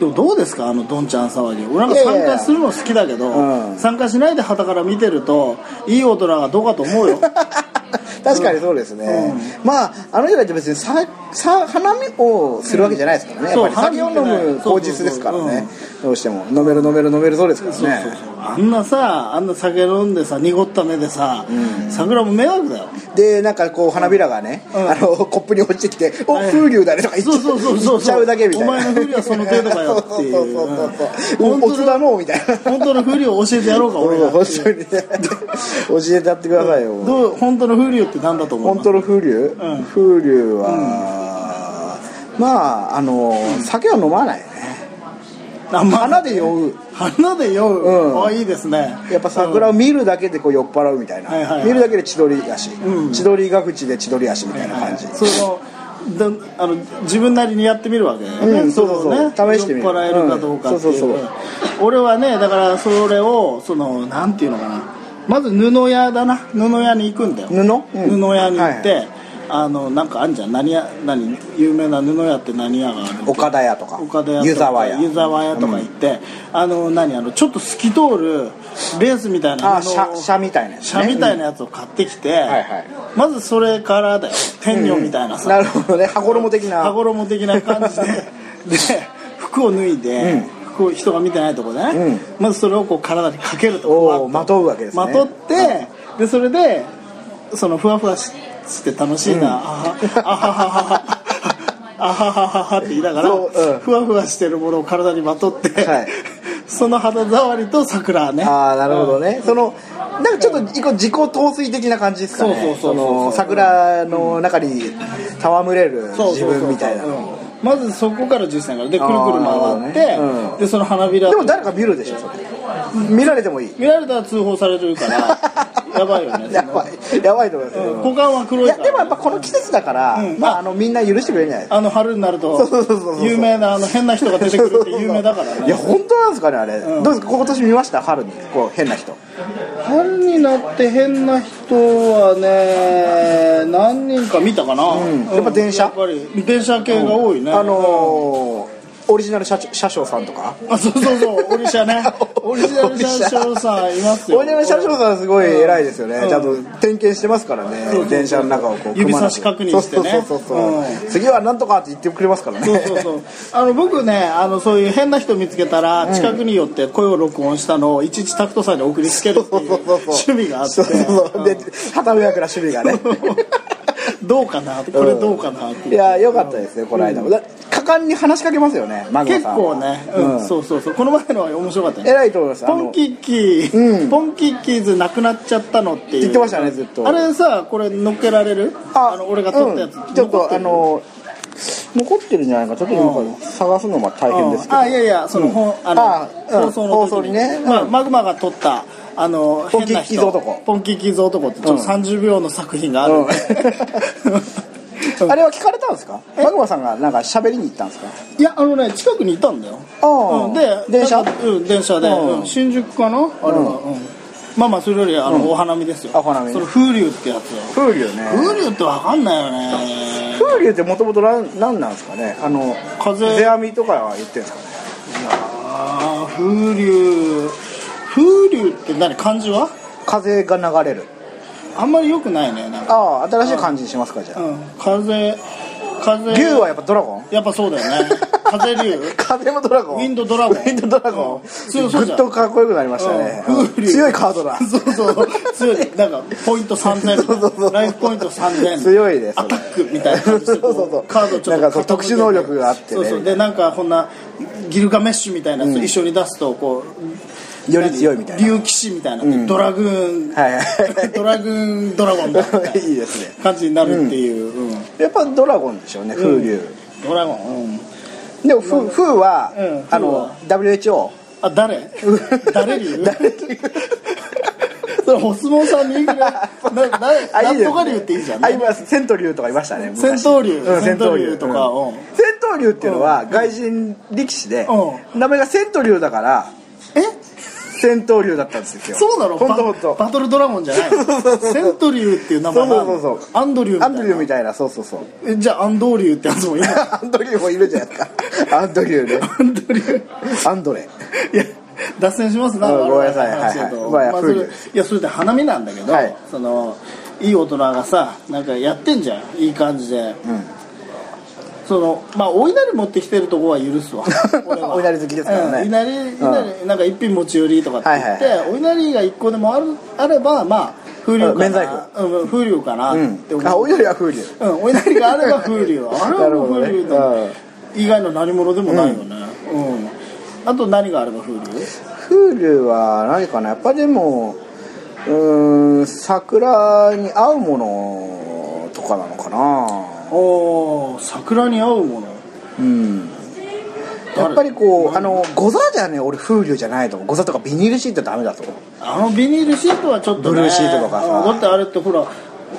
[SPEAKER 1] でもどうですかあのどんちゃん騒ぎ俺なんか
[SPEAKER 2] いやいやい
[SPEAKER 1] 参加
[SPEAKER 2] や
[SPEAKER 1] するの好きだけど
[SPEAKER 2] うん
[SPEAKER 1] 参加しないで傍から見てるといい大人がどうかと思うよ
[SPEAKER 2] 確かにそうですね、まああの人たち別にささ花見をするわけじゃないですからね、
[SPEAKER 1] うん
[SPEAKER 2] やっぱり酒を飲む
[SPEAKER 1] そう
[SPEAKER 2] 口実ですからね
[SPEAKER 1] そ
[SPEAKER 2] どうしても飲める飲める飲めるそうですからね
[SPEAKER 1] あんなさあんな酒飲んでさ濁った目でさ、桜も迷惑だよ
[SPEAKER 2] でなんかこう花びらがね、
[SPEAKER 1] ん
[SPEAKER 2] あのコップに落ちてきて「お
[SPEAKER 1] はい
[SPEAKER 2] 風流だね」とか言って
[SPEAKER 1] そうそうそうそう
[SPEAKER 2] 言っちゃうだけみたいな
[SPEAKER 1] お前の風流はその程度かよっていう
[SPEAKER 2] そうそうそうそう、
[SPEAKER 1] う
[SPEAKER 2] うんん、おつだのうみたいな
[SPEAKER 1] 本当の風流を教えてやろうか 俺
[SPEAKER 2] 俺
[SPEAKER 1] が
[SPEAKER 2] は本当にね教えてやってくださいよ、
[SPEAKER 1] どう本当の風流って何だと思う
[SPEAKER 2] 本当の風流、
[SPEAKER 1] ん
[SPEAKER 2] 風流は、まああの、酒は飲まないね花で酔う
[SPEAKER 1] 花で酔う、
[SPEAKER 2] うん
[SPEAKER 1] あいいですね
[SPEAKER 2] やっぱ桜を見るだけでこう酔っ払うみたいな、
[SPEAKER 1] はいはいはい
[SPEAKER 2] 見るだけで千鳥足、
[SPEAKER 1] うん
[SPEAKER 2] 千鳥が口で千鳥足みたいな感じ、
[SPEAKER 1] そのだあの自分なりにやってみるわけだよね、
[SPEAKER 2] うんそうそうそう
[SPEAKER 1] れをね
[SPEAKER 2] 試してみる
[SPEAKER 1] 酔っ払えるかどうかって
[SPEAKER 2] う
[SPEAKER 1] い
[SPEAKER 2] んそうそうそう
[SPEAKER 1] 俺はねだからそれをそのなんていうのかなまず布屋だな布屋に行くんだよ
[SPEAKER 2] 布、うん
[SPEAKER 1] 布屋に行って、
[SPEAKER 2] はい
[SPEAKER 1] あのなんかあんじゃん何屋何有名な布屋って何屋がある
[SPEAKER 2] 岡田屋とか
[SPEAKER 1] 岡田屋とか
[SPEAKER 2] 湯沢屋
[SPEAKER 1] 湯沢屋とか行って、あの何あのちょっと透き通るレースみたいな
[SPEAKER 2] あ
[SPEAKER 1] 布を
[SPEAKER 2] シャシャみたいなやつ、
[SPEAKER 1] シャみたいなやつを買ってきて、
[SPEAKER 2] はいはい
[SPEAKER 1] まずそれからだよ天女みたいな
[SPEAKER 2] な
[SPEAKER 1] さ、
[SPEAKER 2] るほどね羽衣的な
[SPEAKER 1] 羽衣的な感 じでで服を脱いで、
[SPEAKER 2] うん
[SPEAKER 1] 服を人が見てないとこでね、
[SPEAKER 2] うん
[SPEAKER 1] まずそれをこう体にかけると
[SPEAKER 2] おー
[SPEAKER 1] ふわっ
[SPEAKER 2] まとうわけですね
[SPEAKER 1] まとってでそれでそのふわふわしして楽しいな、あはあははははあははははって言いながら、
[SPEAKER 2] そううん
[SPEAKER 1] ふわふわしてるものを体にまとって、
[SPEAKER 2] はい
[SPEAKER 1] その肌触りと桜ね
[SPEAKER 2] ああなるほどね、そのなんかちょっと一個自己陶酔的な感じですかね
[SPEAKER 1] そうそうそうそう
[SPEAKER 2] の桜の中に戯れる
[SPEAKER 1] そう
[SPEAKER 2] 自分みたいな
[SPEAKER 1] そうそうそううんまずそこから実践からでくるくる回って
[SPEAKER 2] あーなる、ほどねうん
[SPEAKER 1] でその花びら
[SPEAKER 2] でも誰か見るでしょそれ見られてもいい
[SPEAKER 1] 見られたら通報されるからやばいよね
[SPEAKER 2] やばいやばいと思います
[SPEAKER 1] そ
[SPEAKER 2] よ
[SPEAKER 1] の股間は黒
[SPEAKER 2] い
[SPEAKER 1] い
[SPEAKER 2] や
[SPEAKER 1] から
[SPEAKER 2] でもやっぱこの季節だから、
[SPEAKER 1] うん
[SPEAKER 2] まあ、あのみんな許してくれるんじゃないですか
[SPEAKER 1] あの春になると
[SPEAKER 2] そうそうそうそうそう
[SPEAKER 1] 有名なあの変な人が出てくるって有名だから
[SPEAKER 2] いや
[SPEAKER 1] ね
[SPEAKER 2] 本当なんですかねあれ、
[SPEAKER 1] うん
[SPEAKER 2] どうですか今年見ました春にこう変な人
[SPEAKER 1] 春になって変な人はね何人か見たかな、
[SPEAKER 2] んやっぱ電車
[SPEAKER 1] やっぱり電車系が多いね、
[SPEAKER 2] あのー、オリジナル車掌車掌さんとか
[SPEAKER 1] あそうそうそうオリシャね オリジナル車掌さんいますよ
[SPEAKER 2] オリジナル車掌さんすごい偉いですよね、
[SPEAKER 1] うん
[SPEAKER 2] ちゃんと点検してますからね、
[SPEAKER 1] そうそう
[SPEAKER 2] 電車の中をこう
[SPEAKER 1] 指
[SPEAKER 2] くまな
[SPEAKER 1] 差
[SPEAKER 2] く
[SPEAKER 1] し確認してね
[SPEAKER 2] そうそうそうそう、
[SPEAKER 1] う
[SPEAKER 2] 次はなんとかって言ってくれますからね
[SPEAKER 1] そうそうそうあの僕ねあのそういう変な人見つけたら近くに寄って声を録音したのをいちいちタクトさんに送りつけるっていう
[SPEAKER 2] そうそうそう
[SPEAKER 1] 趣味があって
[SPEAKER 2] そうそうそう
[SPEAKER 1] う
[SPEAKER 2] で
[SPEAKER 1] ん
[SPEAKER 2] 旗の役な趣味がね
[SPEAKER 1] どうかなこれどうかなって
[SPEAKER 2] いや良かったですねこの間も、だ果敢に話しかけますよねマグマ
[SPEAKER 1] 結
[SPEAKER 2] さん
[SPEAKER 1] 構
[SPEAKER 2] は
[SPEAKER 1] ね、うんそうそうそうこの前のは面白かったね
[SPEAKER 2] 偉いと思いますあ
[SPEAKER 1] ポ
[SPEAKER 2] の
[SPEAKER 1] ンキッキー、
[SPEAKER 2] うん
[SPEAKER 1] ポンキッキーズなくなっちゃったのっていう
[SPEAKER 2] 言ってましたねずっと
[SPEAKER 1] あれさこれ乗っけられるあの俺が撮ったやつ、
[SPEAKER 2] うんちょっ
[SPEAKER 1] 残
[SPEAKER 2] と
[SPEAKER 1] て
[SPEAKER 2] あ
[SPEAKER 1] る
[SPEAKER 2] の残ってるんじゃないかちょっと今から探すのが大変ですけど、
[SPEAKER 1] あいやいやその、ほんあの
[SPEAKER 2] あうん
[SPEAKER 1] 放送の時
[SPEAKER 2] 放送にねうん
[SPEAKER 1] まあ、マグマが撮ったあの
[SPEAKER 2] ポンキッキーズ男
[SPEAKER 1] 変な人ポンキッキーズ男ってちょっと30秒の作品があるんで、
[SPEAKER 2] あれは聞かれたんですかマグマさんがなんか喋りに行ったんですか
[SPEAKER 1] いやあのね近くにいたんだよ、
[SPEAKER 2] ああ
[SPEAKER 1] うんで
[SPEAKER 2] 電
[SPEAKER 1] な
[SPEAKER 2] 車
[SPEAKER 1] んかうん電車で、
[SPEAKER 2] うん
[SPEAKER 1] うん新宿かなあれは、うんまあまあそれよりあの、お花見ですよ
[SPEAKER 2] あお花見
[SPEAKER 1] その風流ってやつよ
[SPEAKER 2] 風流ね
[SPEAKER 1] 風流ってわかんないよね
[SPEAKER 2] 風流ってもともと何なんですかねあの
[SPEAKER 1] 風
[SPEAKER 2] 世阿弥とかは言ってるんですかね
[SPEAKER 1] あー風流風流って何漢字は
[SPEAKER 2] 風が流れる
[SPEAKER 1] あんまりよくないねなんか
[SPEAKER 2] ああ新しい感じにしますかじゃあ
[SPEAKER 1] うん、風風
[SPEAKER 2] 竜はやっぱドラゴン
[SPEAKER 1] やっぱそうだよね風竜
[SPEAKER 2] 風もドラゴン
[SPEAKER 1] ウィンドドラゴン
[SPEAKER 2] ウィンドドラゴン
[SPEAKER 1] うん
[SPEAKER 2] グ
[SPEAKER 1] 強そうじゃん
[SPEAKER 2] ッとかっこよくなりましたね
[SPEAKER 1] うん
[SPEAKER 2] うん強いカードだ
[SPEAKER 1] そうそう強いなんかポイント
[SPEAKER 2] そうそうそ
[SPEAKER 1] 3000
[SPEAKER 2] う
[SPEAKER 1] ライフポイント3000
[SPEAKER 2] 強いです
[SPEAKER 1] アタックみたいな感じでこ
[SPEAKER 2] そうそうそう
[SPEAKER 1] カードちょっと
[SPEAKER 2] なんかそ
[SPEAKER 1] 傾け
[SPEAKER 2] う
[SPEAKER 1] て
[SPEAKER 2] 特殊能力があってね
[SPEAKER 1] そうそうでなんかこんなギルガメッシュみたいなやつ一緒に出すとこう
[SPEAKER 2] より強いみたいな
[SPEAKER 1] 竜騎士みたいな、ドラグーン、
[SPEAKER 2] はいはい
[SPEAKER 1] ドラグーンドラゴンだみたい
[SPEAKER 2] いいですね
[SPEAKER 1] な感じになるっていう、うん
[SPEAKER 2] やっぱドラゴンでしょうね風流
[SPEAKER 1] ドラゴン、うん
[SPEAKER 2] でも風風は
[SPEAKER 1] うん
[SPEAKER 2] あの WHO
[SPEAKER 1] あ 誰誰流誰流 それお相撲さん にいくらなななんとか流っていいじゃん、
[SPEAKER 2] ね、あ今銭湯流とかいましたね
[SPEAKER 1] 銭湯流銭湯流とかを
[SPEAKER 2] 銭湯流っていうのは外人力士で、
[SPEAKER 1] う
[SPEAKER 2] 名前が銭湯流だから
[SPEAKER 1] え
[SPEAKER 2] 戦闘流だったんですよ
[SPEAKER 1] そうなの
[SPEAKER 2] 本当本当
[SPEAKER 1] バトルドラゴンじゃ ないセントリューっていう名前
[SPEAKER 2] そうそうそう
[SPEAKER 1] アンドリュー
[SPEAKER 2] アンドリューみたいなそうそうそう
[SPEAKER 1] えじゃあアンドリューってやつもいる
[SPEAKER 2] アンドリューもいるじゃないです かアンドリューね
[SPEAKER 1] アンドリュ
[SPEAKER 2] アンドレ
[SPEAKER 1] ーいや脱線しますな
[SPEAKER 2] うんごめんなさい
[SPEAKER 1] 我々の話だと
[SPEAKER 2] はいはい
[SPEAKER 1] まあ
[SPEAKER 2] まあ
[SPEAKER 1] それ
[SPEAKER 2] 古い
[SPEAKER 1] いやそれで花見なんだけど、
[SPEAKER 2] はい
[SPEAKER 1] そのいい大人がさなんかやってんじゃんいい感じで、
[SPEAKER 2] ん
[SPEAKER 1] そのまあお稲荷持ってきてるとこは許 すわ俺は
[SPEAKER 2] お稲荷好きですからね
[SPEAKER 1] うん、稲荷稲荷なんか一品持ち寄りとかって言って、
[SPEAKER 2] はい
[SPEAKER 1] お稲荷が一個でもあるあればまあ風流かな
[SPEAKER 2] 免罪符
[SPEAKER 1] うん、風流かなっ
[SPEAKER 2] うん
[SPEAKER 1] て思う、
[SPEAKER 2] あおいどりは風流
[SPEAKER 1] うん、お稲荷があれば風流あれはもう風流
[SPEAKER 2] なるほど
[SPEAKER 1] だ
[SPEAKER 2] ね
[SPEAKER 1] 以外の何物でもないよねうん、あと何があれば風流
[SPEAKER 2] 風流は何かなやっぱでもうーん桜に合うものとかなのかな
[SPEAKER 1] おー桜に合うもの
[SPEAKER 2] うん
[SPEAKER 1] 誰
[SPEAKER 2] やっぱりこうあのゴザじゃね俺風流じゃないと思うゴザとかビニールシートダメだと思う
[SPEAKER 1] あのビニールシートはちょっとね
[SPEAKER 2] ブルーシートとかさ
[SPEAKER 1] うんだってあれってほら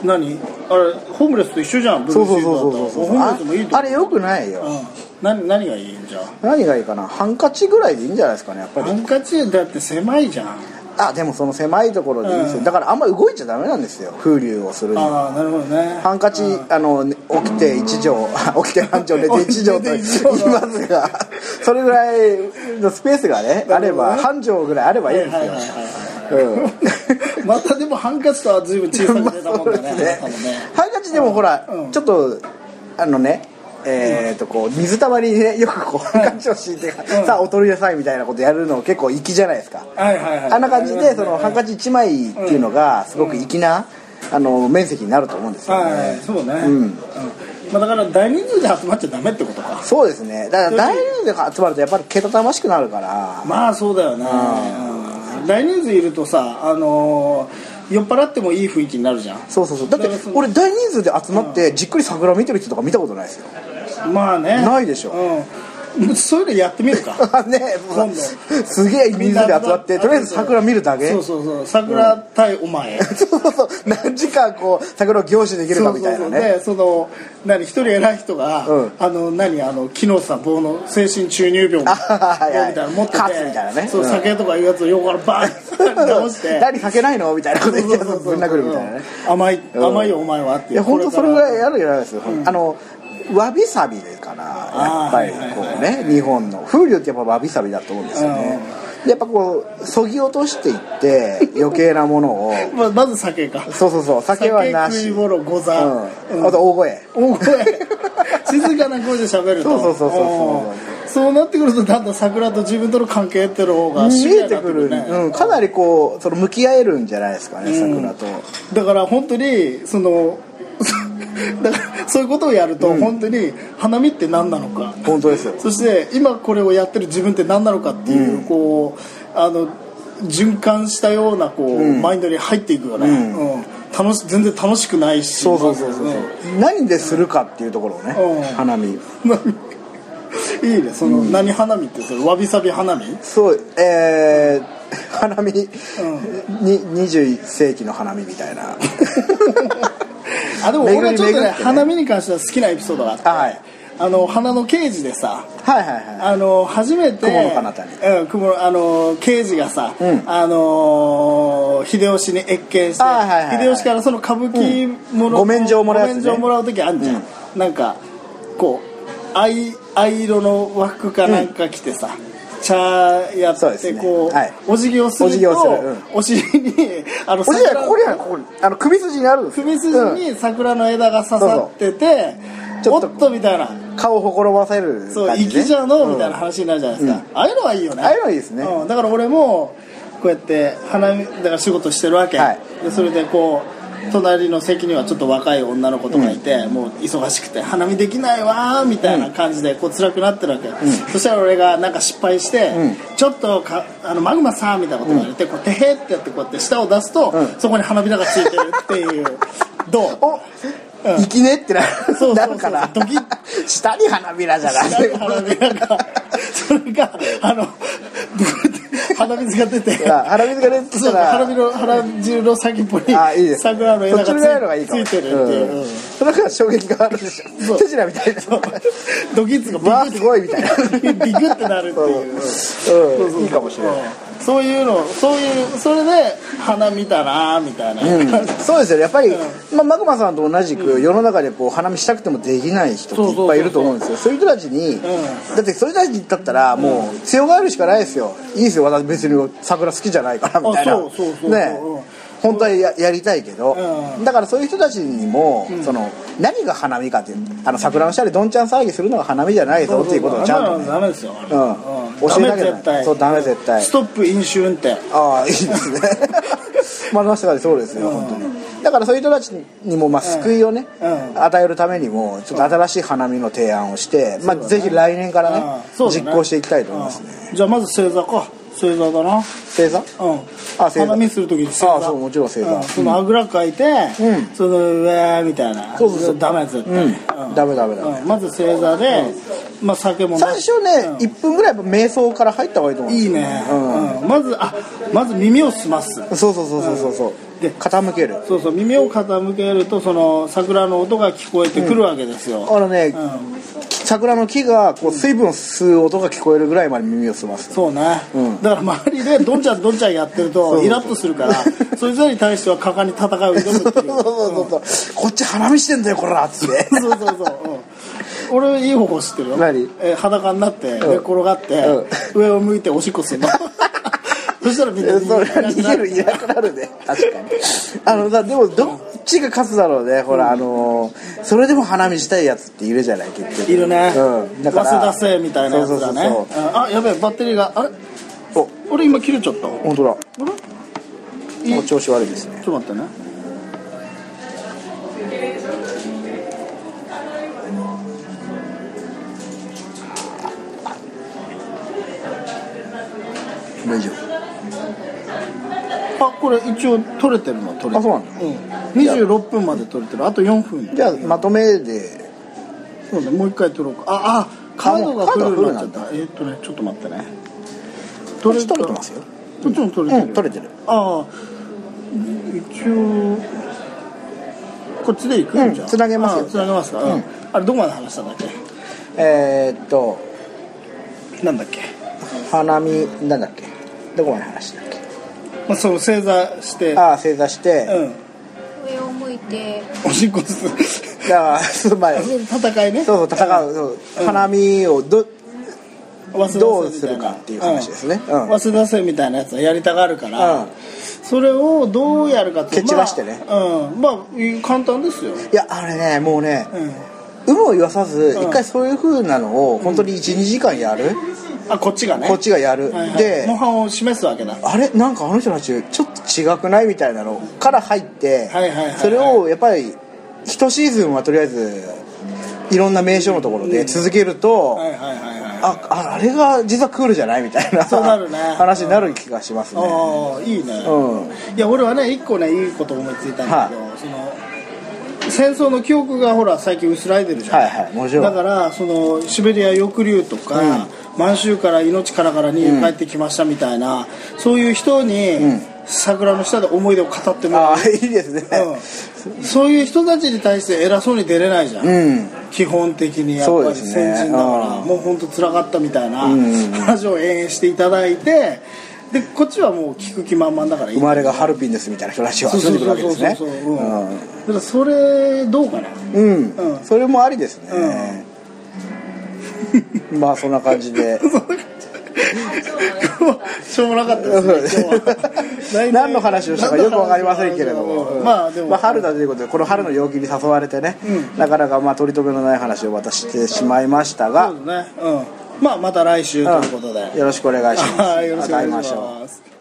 [SPEAKER 1] 何あれホームレスと一緒じゃんブル
[SPEAKER 2] そ
[SPEAKER 1] ー
[SPEAKER 2] う
[SPEAKER 1] シ
[SPEAKER 2] そう
[SPEAKER 1] ートだ
[SPEAKER 2] そう
[SPEAKER 1] ったら
[SPEAKER 2] そうそ
[SPEAKER 1] ホ
[SPEAKER 2] う
[SPEAKER 1] ームレスもいいと
[SPEAKER 2] あ
[SPEAKER 1] 思う
[SPEAKER 2] れよくないよ、
[SPEAKER 1] うん、何何がいいんじゃあ
[SPEAKER 2] 何がいいかなハンカチぐらいでいいんじゃないですかねやっぱ
[SPEAKER 1] ハ
[SPEAKER 2] り
[SPEAKER 1] ンカチだって狭いじゃん
[SPEAKER 2] あでもその狭いところでいいですよ、
[SPEAKER 1] うん
[SPEAKER 2] だからあんま動いちゃダメなんですよ風流をするに
[SPEAKER 1] あ
[SPEAKER 2] は
[SPEAKER 1] あなるほどね
[SPEAKER 2] ハンカチあのね起きて一錠 起きて半 錠寝て一錠と言いますがそれぐらいのスペースがねあれば半錠ぐらいあればいいんです
[SPEAKER 1] はい
[SPEAKER 2] よ
[SPEAKER 1] はいはい
[SPEAKER 2] うん
[SPEAKER 1] はいまたでもハンカチとは随分小さく出たもん だね
[SPEAKER 2] そう
[SPEAKER 1] あ
[SPEAKER 2] です
[SPEAKER 1] なたもね
[SPEAKER 2] ハンカチでもほら、
[SPEAKER 1] うん
[SPEAKER 2] ちょっとあのねえー、とこう水たまりにねよくこうハンカチを敷いて、
[SPEAKER 1] ん
[SPEAKER 2] さあお取りなさいみたいなことやるの結構粋じゃないですか、
[SPEAKER 1] はいはいはい
[SPEAKER 2] あんな感じでそのハンカ
[SPEAKER 1] チ
[SPEAKER 2] チ1枚っていうのがすごく粋な、あの面積になると思うんですよ
[SPEAKER 1] はい
[SPEAKER 2] ね、
[SPEAKER 1] はいそうね
[SPEAKER 2] ん
[SPEAKER 1] うんまあだから大人数で集まっちゃダメってことか
[SPEAKER 2] そうですねだから大人数で集まるとやっぱりけたたましくなるから
[SPEAKER 1] まあそうだよねうん大人数いるとさあのー酔っ払ってもいい雰囲気になるじゃん
[SPEAKER 2] そうそうそうだって俺大人数で集まってじっくり桜見てる人とか見たことないですよ
[SPEAKER 1] まあね
[SPEAKER 2] ないでしょ
[SPEAKER 1] うん そういうのやってみるか
[SPEAKER 2] ね
[SPEAKER 1] 今度
[SPEAKER 2] すげえ人数で集まってとりあえず桜見るだけ
[SPEAKER 1] そうそうそう桜対お前
[SPEAKER 2] そうそうそう何時間こう桜を凝視できるかみたい
[SPEAKER 1] そうそ
[SPEAKER 2] なね
[SPEAKER 1] うそうでその何一人偉い人が、
[SPEAKER 2] うん
[SPEAKER 1] あの何あの木のさ棒の精神注入病みた
[SPEAKER 2] あ
[SPEAKER 1] い
[SPEAKER 2] はい
[SPEAKER 1] なみたい
[SPEAKER 2] はい
[SPEAKER 1] なの持ってて
[SPEAKER 2] カツみたいなね
[SPEAKER 1] そう
[SPEAKER 2] うん
[SPEAKER 1] 酒とかいうやつを横からバーンって倒して
[SPEAKER 2] 何避けないのみたいなこと言って
[SPEAKER 1] そうそうそう
[SPEAKER 2] ぶん殴るみたいなね
[SPEAKER 1] うん甘い、
[SPEAKER 2] うん
[SPEAKER 1] 甘いよお前はって
[SPEAKER 2] いや本当それぐらい
[SPEAKER 1] い
[SPEAKER 2] やるじゃないですよ、あのわびさびかなやっぱりこうね日本の風流ってやっぱわびさびだと思うんですよねでやっぱこうそぎ落としていって 余計なものを
[SPEAKER 1] ままず酒か
[SPEAKER 2] そうそうそう酒はなし
[SPEAKER 1] 酒食い頃ござ、
[SPEAKER 2] う
[SPEAKER 1] うん
[SPEAKER 2] ん、あと大声
[SPEAKER 1] 大声 静かな声で喋ると
[SPEAKER 2] そうそうそうそう
[SPEAKER 1] うんそうなってくるとだんだん桜と自分との関係ってる方が
[SPEAKER 2] 見えてく
[SPEAKER 1] シビアに
[SPEAKER 2] る、
[SPEAKER 1] なって
[SPEAKER 2] うん、かなりこうその向き合えるんじゃないですかね桜と、
[SPEAKER 1] だから本当にその だからそういうことをやると本当に花見って何なのか、
[SPEAKER 2] 本当ですよ
[SPEAKER 1] そして今これをやってる自分って何なのかっていう、こうあの循環したようなこう、マインドに入っていくよね、うん楽し全然楽しくないし
[SPEAKER 2] そうそうそうそう、
[SPEAKER 1] ん
[SPEAKER 2] 何でするかっていうところをね、
[SPEAKER 1] うん
[SPEAKER 2] 花見
[SPEAKER 1] いいねその、何花見ってそれわびさび花見
[SPEAKER 2] そうえー、 花見、に21世紀の花見みた いな
[SPEAKER 1] あでも俺はちょっとね
[SPEAKER 2] 巡り巡ってね
[SPEAKER 1] 花見に関しては好きなエピソードがあって、
[SPEAKER 2] はい
[SPEAKER 1] あの花の刑事でさ
[SPEAKER 2] はいはいは
[SPEAKER 1] あの初めて
[SPEAKER 2] 雲の彼方に
[SPEAKER 1] うん、雲のあの刑事がさ、
[SPEAKER 2] うん
[SPEAKER 1] あの秀吉に謁見して、
[SPEAKER 2] あはいはいはい
[SPEAKER 1] 秀吉からその歌舞伎も
[SPEAKER 2] うん
[SPEAKER 1] の
[SPEAKER 2] ご免状もらうやつね
[SPEAKER 1] ご免状もらう時あんじゃん、なんかこう藍藍色の枠かなんか着てさ、茶やっ
[SPEAKER 2] そうで
[SPEAKER 1] て
[SPEAKER 2] すね
[SPEAKER 1] こう
[SPEAKER 2] はい
[SPEAKER 1] お辞儀をすると
[SPEAKER 2] お辞儀をするうん
[SPEAKER 1] お尻にあの
[SPEAKER 2] いこれじゃない
[SPEAKER 1] 桜
[SPEAKER 2] ここにはここにあの首筋にあるんですよ
[SPEAKER 1] 首筋に桜の枝が刺さってて、
[SPEAKER 2] そうそう
[SPEAKER 1] おっとみたいな
[SPEAKER 2] うん顔をほころばされる感じ、ね、
[SPEAKER 1] そう生きじゃのみたいな
[SPEAKER 2] うん
[SPEAKER 1] 話になるじゃないですか、ああいうのはいいよね
[SPEAKER 2] ああいうのはいいですね
[SPEAKER 1] うんだから俺もこうやって花見だから仕事してるわけ、
[SPEAKER 2] はい
[SPEAKER 1] でそれでこう隣の席にはちょっと若い女の子とかいて、もう忙しくて花見できないわーみたいな感じでこう辛くなってるわけ、そしたら俺がなんか失敗して、ちょっとかあのマグマさんみたいなこと言われて、こうてへーってやってこうやって舌を出すと、そこに花びらがついてるって いうどう
[SPEAKER 2] お
[SPEAKER 1] うん
[SPEAKER 2] 生きねってな
[SPEAKER 1] うそうそう
[SPEAKER 2] なるから
[SPEAKER 1] ドキッ
[SPEAKER 2] 下に花びらじゃない
[SPEAKER 1] 花びらがそれがあの鼻水が出て
[SPEAKER 2] あ鼻水が出て
[SPEAKER 1] そう
[SPEAKER 2] たら
[SPEAKER 1] 腹びろ腹汁の先っぽに
[SPEAKER 2] あいいです
[SPEAKER 1] 桜の
[SPEAKER 2] そっちの
[SPEAKER 1] 枝
[SPEAKER 2] のが
[SPEAKER 1] が
[SPEAKER 2] いい
[SPEAKER 1] つ
[SPEAKER 2] かも
[SPEAKER 1] いてるっていう、
[SPEAKER 2] うん
[SPEAKER 1] うん
[SPEAKER 2] それから衝撃があるでし
[SPEAKER 1] そ
[SPEAKER 2] ょ
[SPEAKER 1] う
[SPEAKER 2] 手品みたいな
[SPEAKER 1] ドキッツがビ
[SPEAKER 2] わあ
[SPEAKER 1] ク
[SPEAKER 2] すごいみたいな
[SPEAKER 1] ッビクってなるっていう
[SPEAKER 2] うんうんいいかもしれない
[SPEAKER 1] うんそういうのそういうそれで花見たなみたいな、
[SPEAKER 2] そうですよねやっぱり、
[SPEAKER 1] う
[SPEAKER 2] まあ、マグマさんと同じく、世の中でこう花見したくてもできない人っていっぱいいると思うんですよそういう人たちに、
[SPEAKER 1] ん
[SPEAKER 2] だってそれたちだったらもう強がるしかないですよいいですよ私別に桜好きじゃないからみたいな
[SPEAKER 1] あそうそうそうそう
[SPEAKER 2] ね
[SPEAKER 1] うん
[SPEAKER 2] 本当はややりたいけど、
[SPEAKER 1] うん
[SPEAKER 2] だからそういう人たちにも、その何が花見かっていうあの桜の下でどんちゃん騒ぎするのが花見じゃないぞっていうことをちゃんと、
[SPEAKER 1] あ
[SPEAKER 2] ね、
[SPEAKER 1] ダメですよ、
[SPEAKER 2] うん教えなき
[SPEAKER 1] ダ
[SPEAKER 2] ゃ
[SPEAKER 1] メ絶対
[SPEAKER 2] そうダメ絶対
[SPEAKER 1] ストップ飲酒運転
[SPEAKER 2] ああいいですね 丸の下がそうですよ、本当にだからそういう人たちにも、まあ、救いをね、
[SPEAKER 1] うん
[SPEAKER 2] 与えるためにもちょっと新しい花見の提案をして、まあ、ぜひ来年からね
[SPEAKER 1] うんそうだね
[SPEAKER 2] 実行していきたいと思いますね
[SPEAKER 1] うんじゃあまず正座か正座だな
[SPEAKER 2] 星座
[SPEAKER 1] うん
[SPEAKER 2] あ正座
[SPEAKER 1] 花見するときに正
[SPEAKER 2] あそうもちろん正座
[SPEAKER 1] うそのあぐらかいて、
[SPEAKER 2] うん
[SPEAKER 1] その上みたいな
[SPEAKER 2] そうそうそう
[SPEAKER 1] ダメです絶対、
[SPEAKER 2] うんダメダメダメ
[SPEAKER 1] うんまず正座で、まあ酒もな
[SPEAKER 2] 最初ね、
[SPEAKER 1] うん
[SPEAKER 2] 1分ぐらいやっぱ瞑想から入った方がいいと思うんで
[SPEAKER 1] い
[SPEAKER 2] す
[SPEAKER 1] い
[SPEAKER 2] よ
[SPEAKER 1] ね、
[SPEAKER 2] うん
[SPEAKER 1] うんまずあまず耳を澄ます
[SPEAKER 2] そうそうそうそうそうそう
[SPEAKER 1] で
[SPEAKER 2] 傾ける
[SPEAKER 1] そうそう耳を傾けるとその桜の音が聞こえてくるわけですよ、
[SPEAKER 2] あのね、
[SPEAKER 1] うん
[SPEAKER 2] 桜の木がこう水分を吸う音が聞こえるぐらいまで耳を澄ます
[SPEAKER 1] そうね、
[SPEAKER 2] うん
[SPEAKER 1] だから周りでどんちゃんどんちゃんやってるとイラッとする からそいつらに対しては果敢に戦いを
[SPEAKER 2] そうそ
[SPEAKER 1] 挑む
[SPEAKER 2] う
[SPEAKER 1] っていう
[SPEAKER 2] そうそうそうこっち花見してんだよこらっつって
[SPEAKER 1] そうそうそう、うん、俺いい方法知ってるよ
[SPEAKER 2] 何
[SPEAKER 1] えー裸になって
[SPEAKER 2] ん
[SPEAKER 1] 寝転がって、
[SPEAKER 2] うん
[SPEAKER 1] 上を向いておしっこ するのそしたらみんな
[SPEAKER 2] えそれ
[SPEAKER 1] 逃げなく
[SPEAKER 2] 逃
[SPEAKER 1] な
[SPEAKER 2] げ
[SPEAKER 1] る
[SPEAKER 2] るいなくなるね確かにあのさでもどっちが勝つだろうねほら、あのーそれでも花見したいやつっているじゃない結局
[SPEAKER 1] いるね、
[SPEAKER 2] うん、だ
[SPEAKER 1] ガ
[SPEAKER 2] から
[SPEAKER 1] ス出せみたいなやつだね
[SPEAKER 2] そうそうそう
[SPEAKER 1] うんあやべえバッテリーがあれ
[SPEAKER 2] そう
[SPEAKER 1] 俺今切れちゃった
[SPEAKER 2] お本当だ
[SPEAKER 1] あれい
[SPEAKER 2] もう調子悪いですね
[SPEAKER 1] ちょっと待ってね
[SPEAKER 2] 大丈
[SPEAKER 1] あこれ一応取れてるのは取れてる
[SPEAKER 2] あそうなんだ
[SPEAKER 1] うん、26分まで取れてるあと4分
[SPEAKER 2] 夫じゃあまとめで
[SPEAKER 1] そうねもう一回取ろうかああカードが
[SPEAKER 2] カード
[SPEAKER 1] フル
[SPEAKER 2] が
[SPEAKER 1] になっちゃっ
[SPEAKER 2] フ
[SPEAKER 1] たえーっとねちょっと待ってね
[SPEAKER 2] こっち取れてますよ
[SPEAKER 1] こっちも取れて
[SPEAKER 2] う
[SPEAKER 1] る、
[SPEAKER 2] ん取れてる
[SPEAKER 1] ああ一応こっちで行く、
[SPEAKER 2] うん
[SPEAKER 1] じゃあ
[SPEAKER 2] つなげますよ
[SPEAKER 1] ああつなげますか、
[SPEAKER 2] うん
[SPEAKER 1] うんあれどこまで話したんだっ
[SPEAKER 2] えー、っと
[SPEAKER 1] けなんだっけ、
[SPEAKER 2] 花見なんだっけどこまで話したっけ
[SPEAKER 1] まあ、その正座して
[SPEAKER 2] ああ正座して、
[SPEAKER 1] うん
[SPEAKER 3] 上を向いて
[SPEAKER 1] おしっこ する
[SPEAKER 2] だからそうまあそう
[SPEAKER 1] 戦いね
[SPEAKER 2] そう戦う、そう花見をどどうするかっていう話ですねうん
[SPEAKER 1] 早稲田生みたいなやつはやりたがるから、
[SPEAKER 2] うん
[SPEAKER 1] それをどうやるかって
[SPEAKER 2] 蹴散らしてね
[SPEAKER 1] まあうんまあ簡単ですよ、
[SPEAKER 2] いやあれねもうね、
[SPEAKER 1] うん、
[SPEAKER 2] 有無を言わさず
[SPEAKER 1] うん
[SPEAKER 2] 一回そういうふうなのを本当に12時間やる、
[SPEAKER 1] あこっちがね
[SPEAKER 2] こっちがやる、
[SPEAKER 1] はいはい
[SPEAKER 2] で
[SPEAKER 1] 模範を示すわけだ
[SPEAKER 2] あれなんかあの人たちちょっと違くないみたいなのから入って、
[SPEAKER 1] はいはいはいはい
[SPEAKER 2] それをやっぱり一シーズンはとりあえずいろんな名所のところで続けると、
[SPEAKER 1] はいはいはいはい
[SPEAKER 2] あああれが実はクールじゃないみたいな
[SPEAKER 1] そうなるね
[SPEAKER 2] 話になる気がしますね、
[SPEAKER 1] ああいいね、
[SPEAKER 2] う
[SPEAKER 1] いや俺はね一個ねいいこと思いついたんだけど、
[SPEAKER 2] は
[SPEAKER 1] その戦争の記憶がほら最近薄らいでるじゃん、
[SPEAKER 2] はいはいもちろん
[SPEAKER 1] だからそのシベリア抑留とか、
[SPEAKER 2] うん
[SPEAKER 1] 満州から命からからに帰ってきましたみたいな、そういう人に、
[SPEAKER 2] ん
[SPEAKER 1] 桜の下で思い出を語ってもら
[SPEAKER 2] あ
[SPEAKER 1] う
[SPEAKER 2] あいいですね
[SPEAKER 1] うん、そういう人たちに対して偉そうに出れないじゃん、
[SPEAKER 2] うん
[SPEAKER 1] 基本的にやっぱり
[SPEAKER 2] そうですね
[SPEAKER 1] 先人だから、
[SPEAKER 2] うん
[SPEAKER 1] もう本当つらかったみたいな
[SPEAKER 2] うんうんうん
[SPEAKER 1] 話を延々していただいてでこっちはもう聞く気満々だからいい
[SPEAKER 2] 生まれがハルピンですみたいな人たちは
[SPEAKER 1] そう
[SPEAKER 2] 出
[SPEAKER 1] そう
[SPEAKER 2] てくる
[SPEAKER 1] そ
[SPEAKER 2] わ
[SPEAKER 1] う
[SPEAKER 2] け
[SPEAKER 1] そ
[SPEAKER 2] で
[SPEAKER 1] う
[SPEAKER 2] すね
[SPEAKER 1] そううん
[SPEAKER 2] うん
[SPEAKER 1] だからそれどうかな
[SPEAKER 2] うん、
[SPEAKER 1] うん
[SPEAKER 2] それもありですね、 まあそんな感 じで
[SPEAKER 1] しょうもなかったですね今 日は大体
[SPEAKER 2] 何の話をしたかよくわかりませんけれども、
[SPEAKER 1] うんまあでも、
[SPEAKER 2] 春だということでこの春の陽気に誘われてね、なかなかまあ取り留めのない話を私してしまいましたが、
[SPEAKER 1] そうですね、うん、まあまた来週ということで、
[SPEAKER 2] うんよろしくお願いします
[SPEAKER 1] はいよろしくお願いし
[SPEAKER 2] また会いましょう
[SPEAKER 1] ます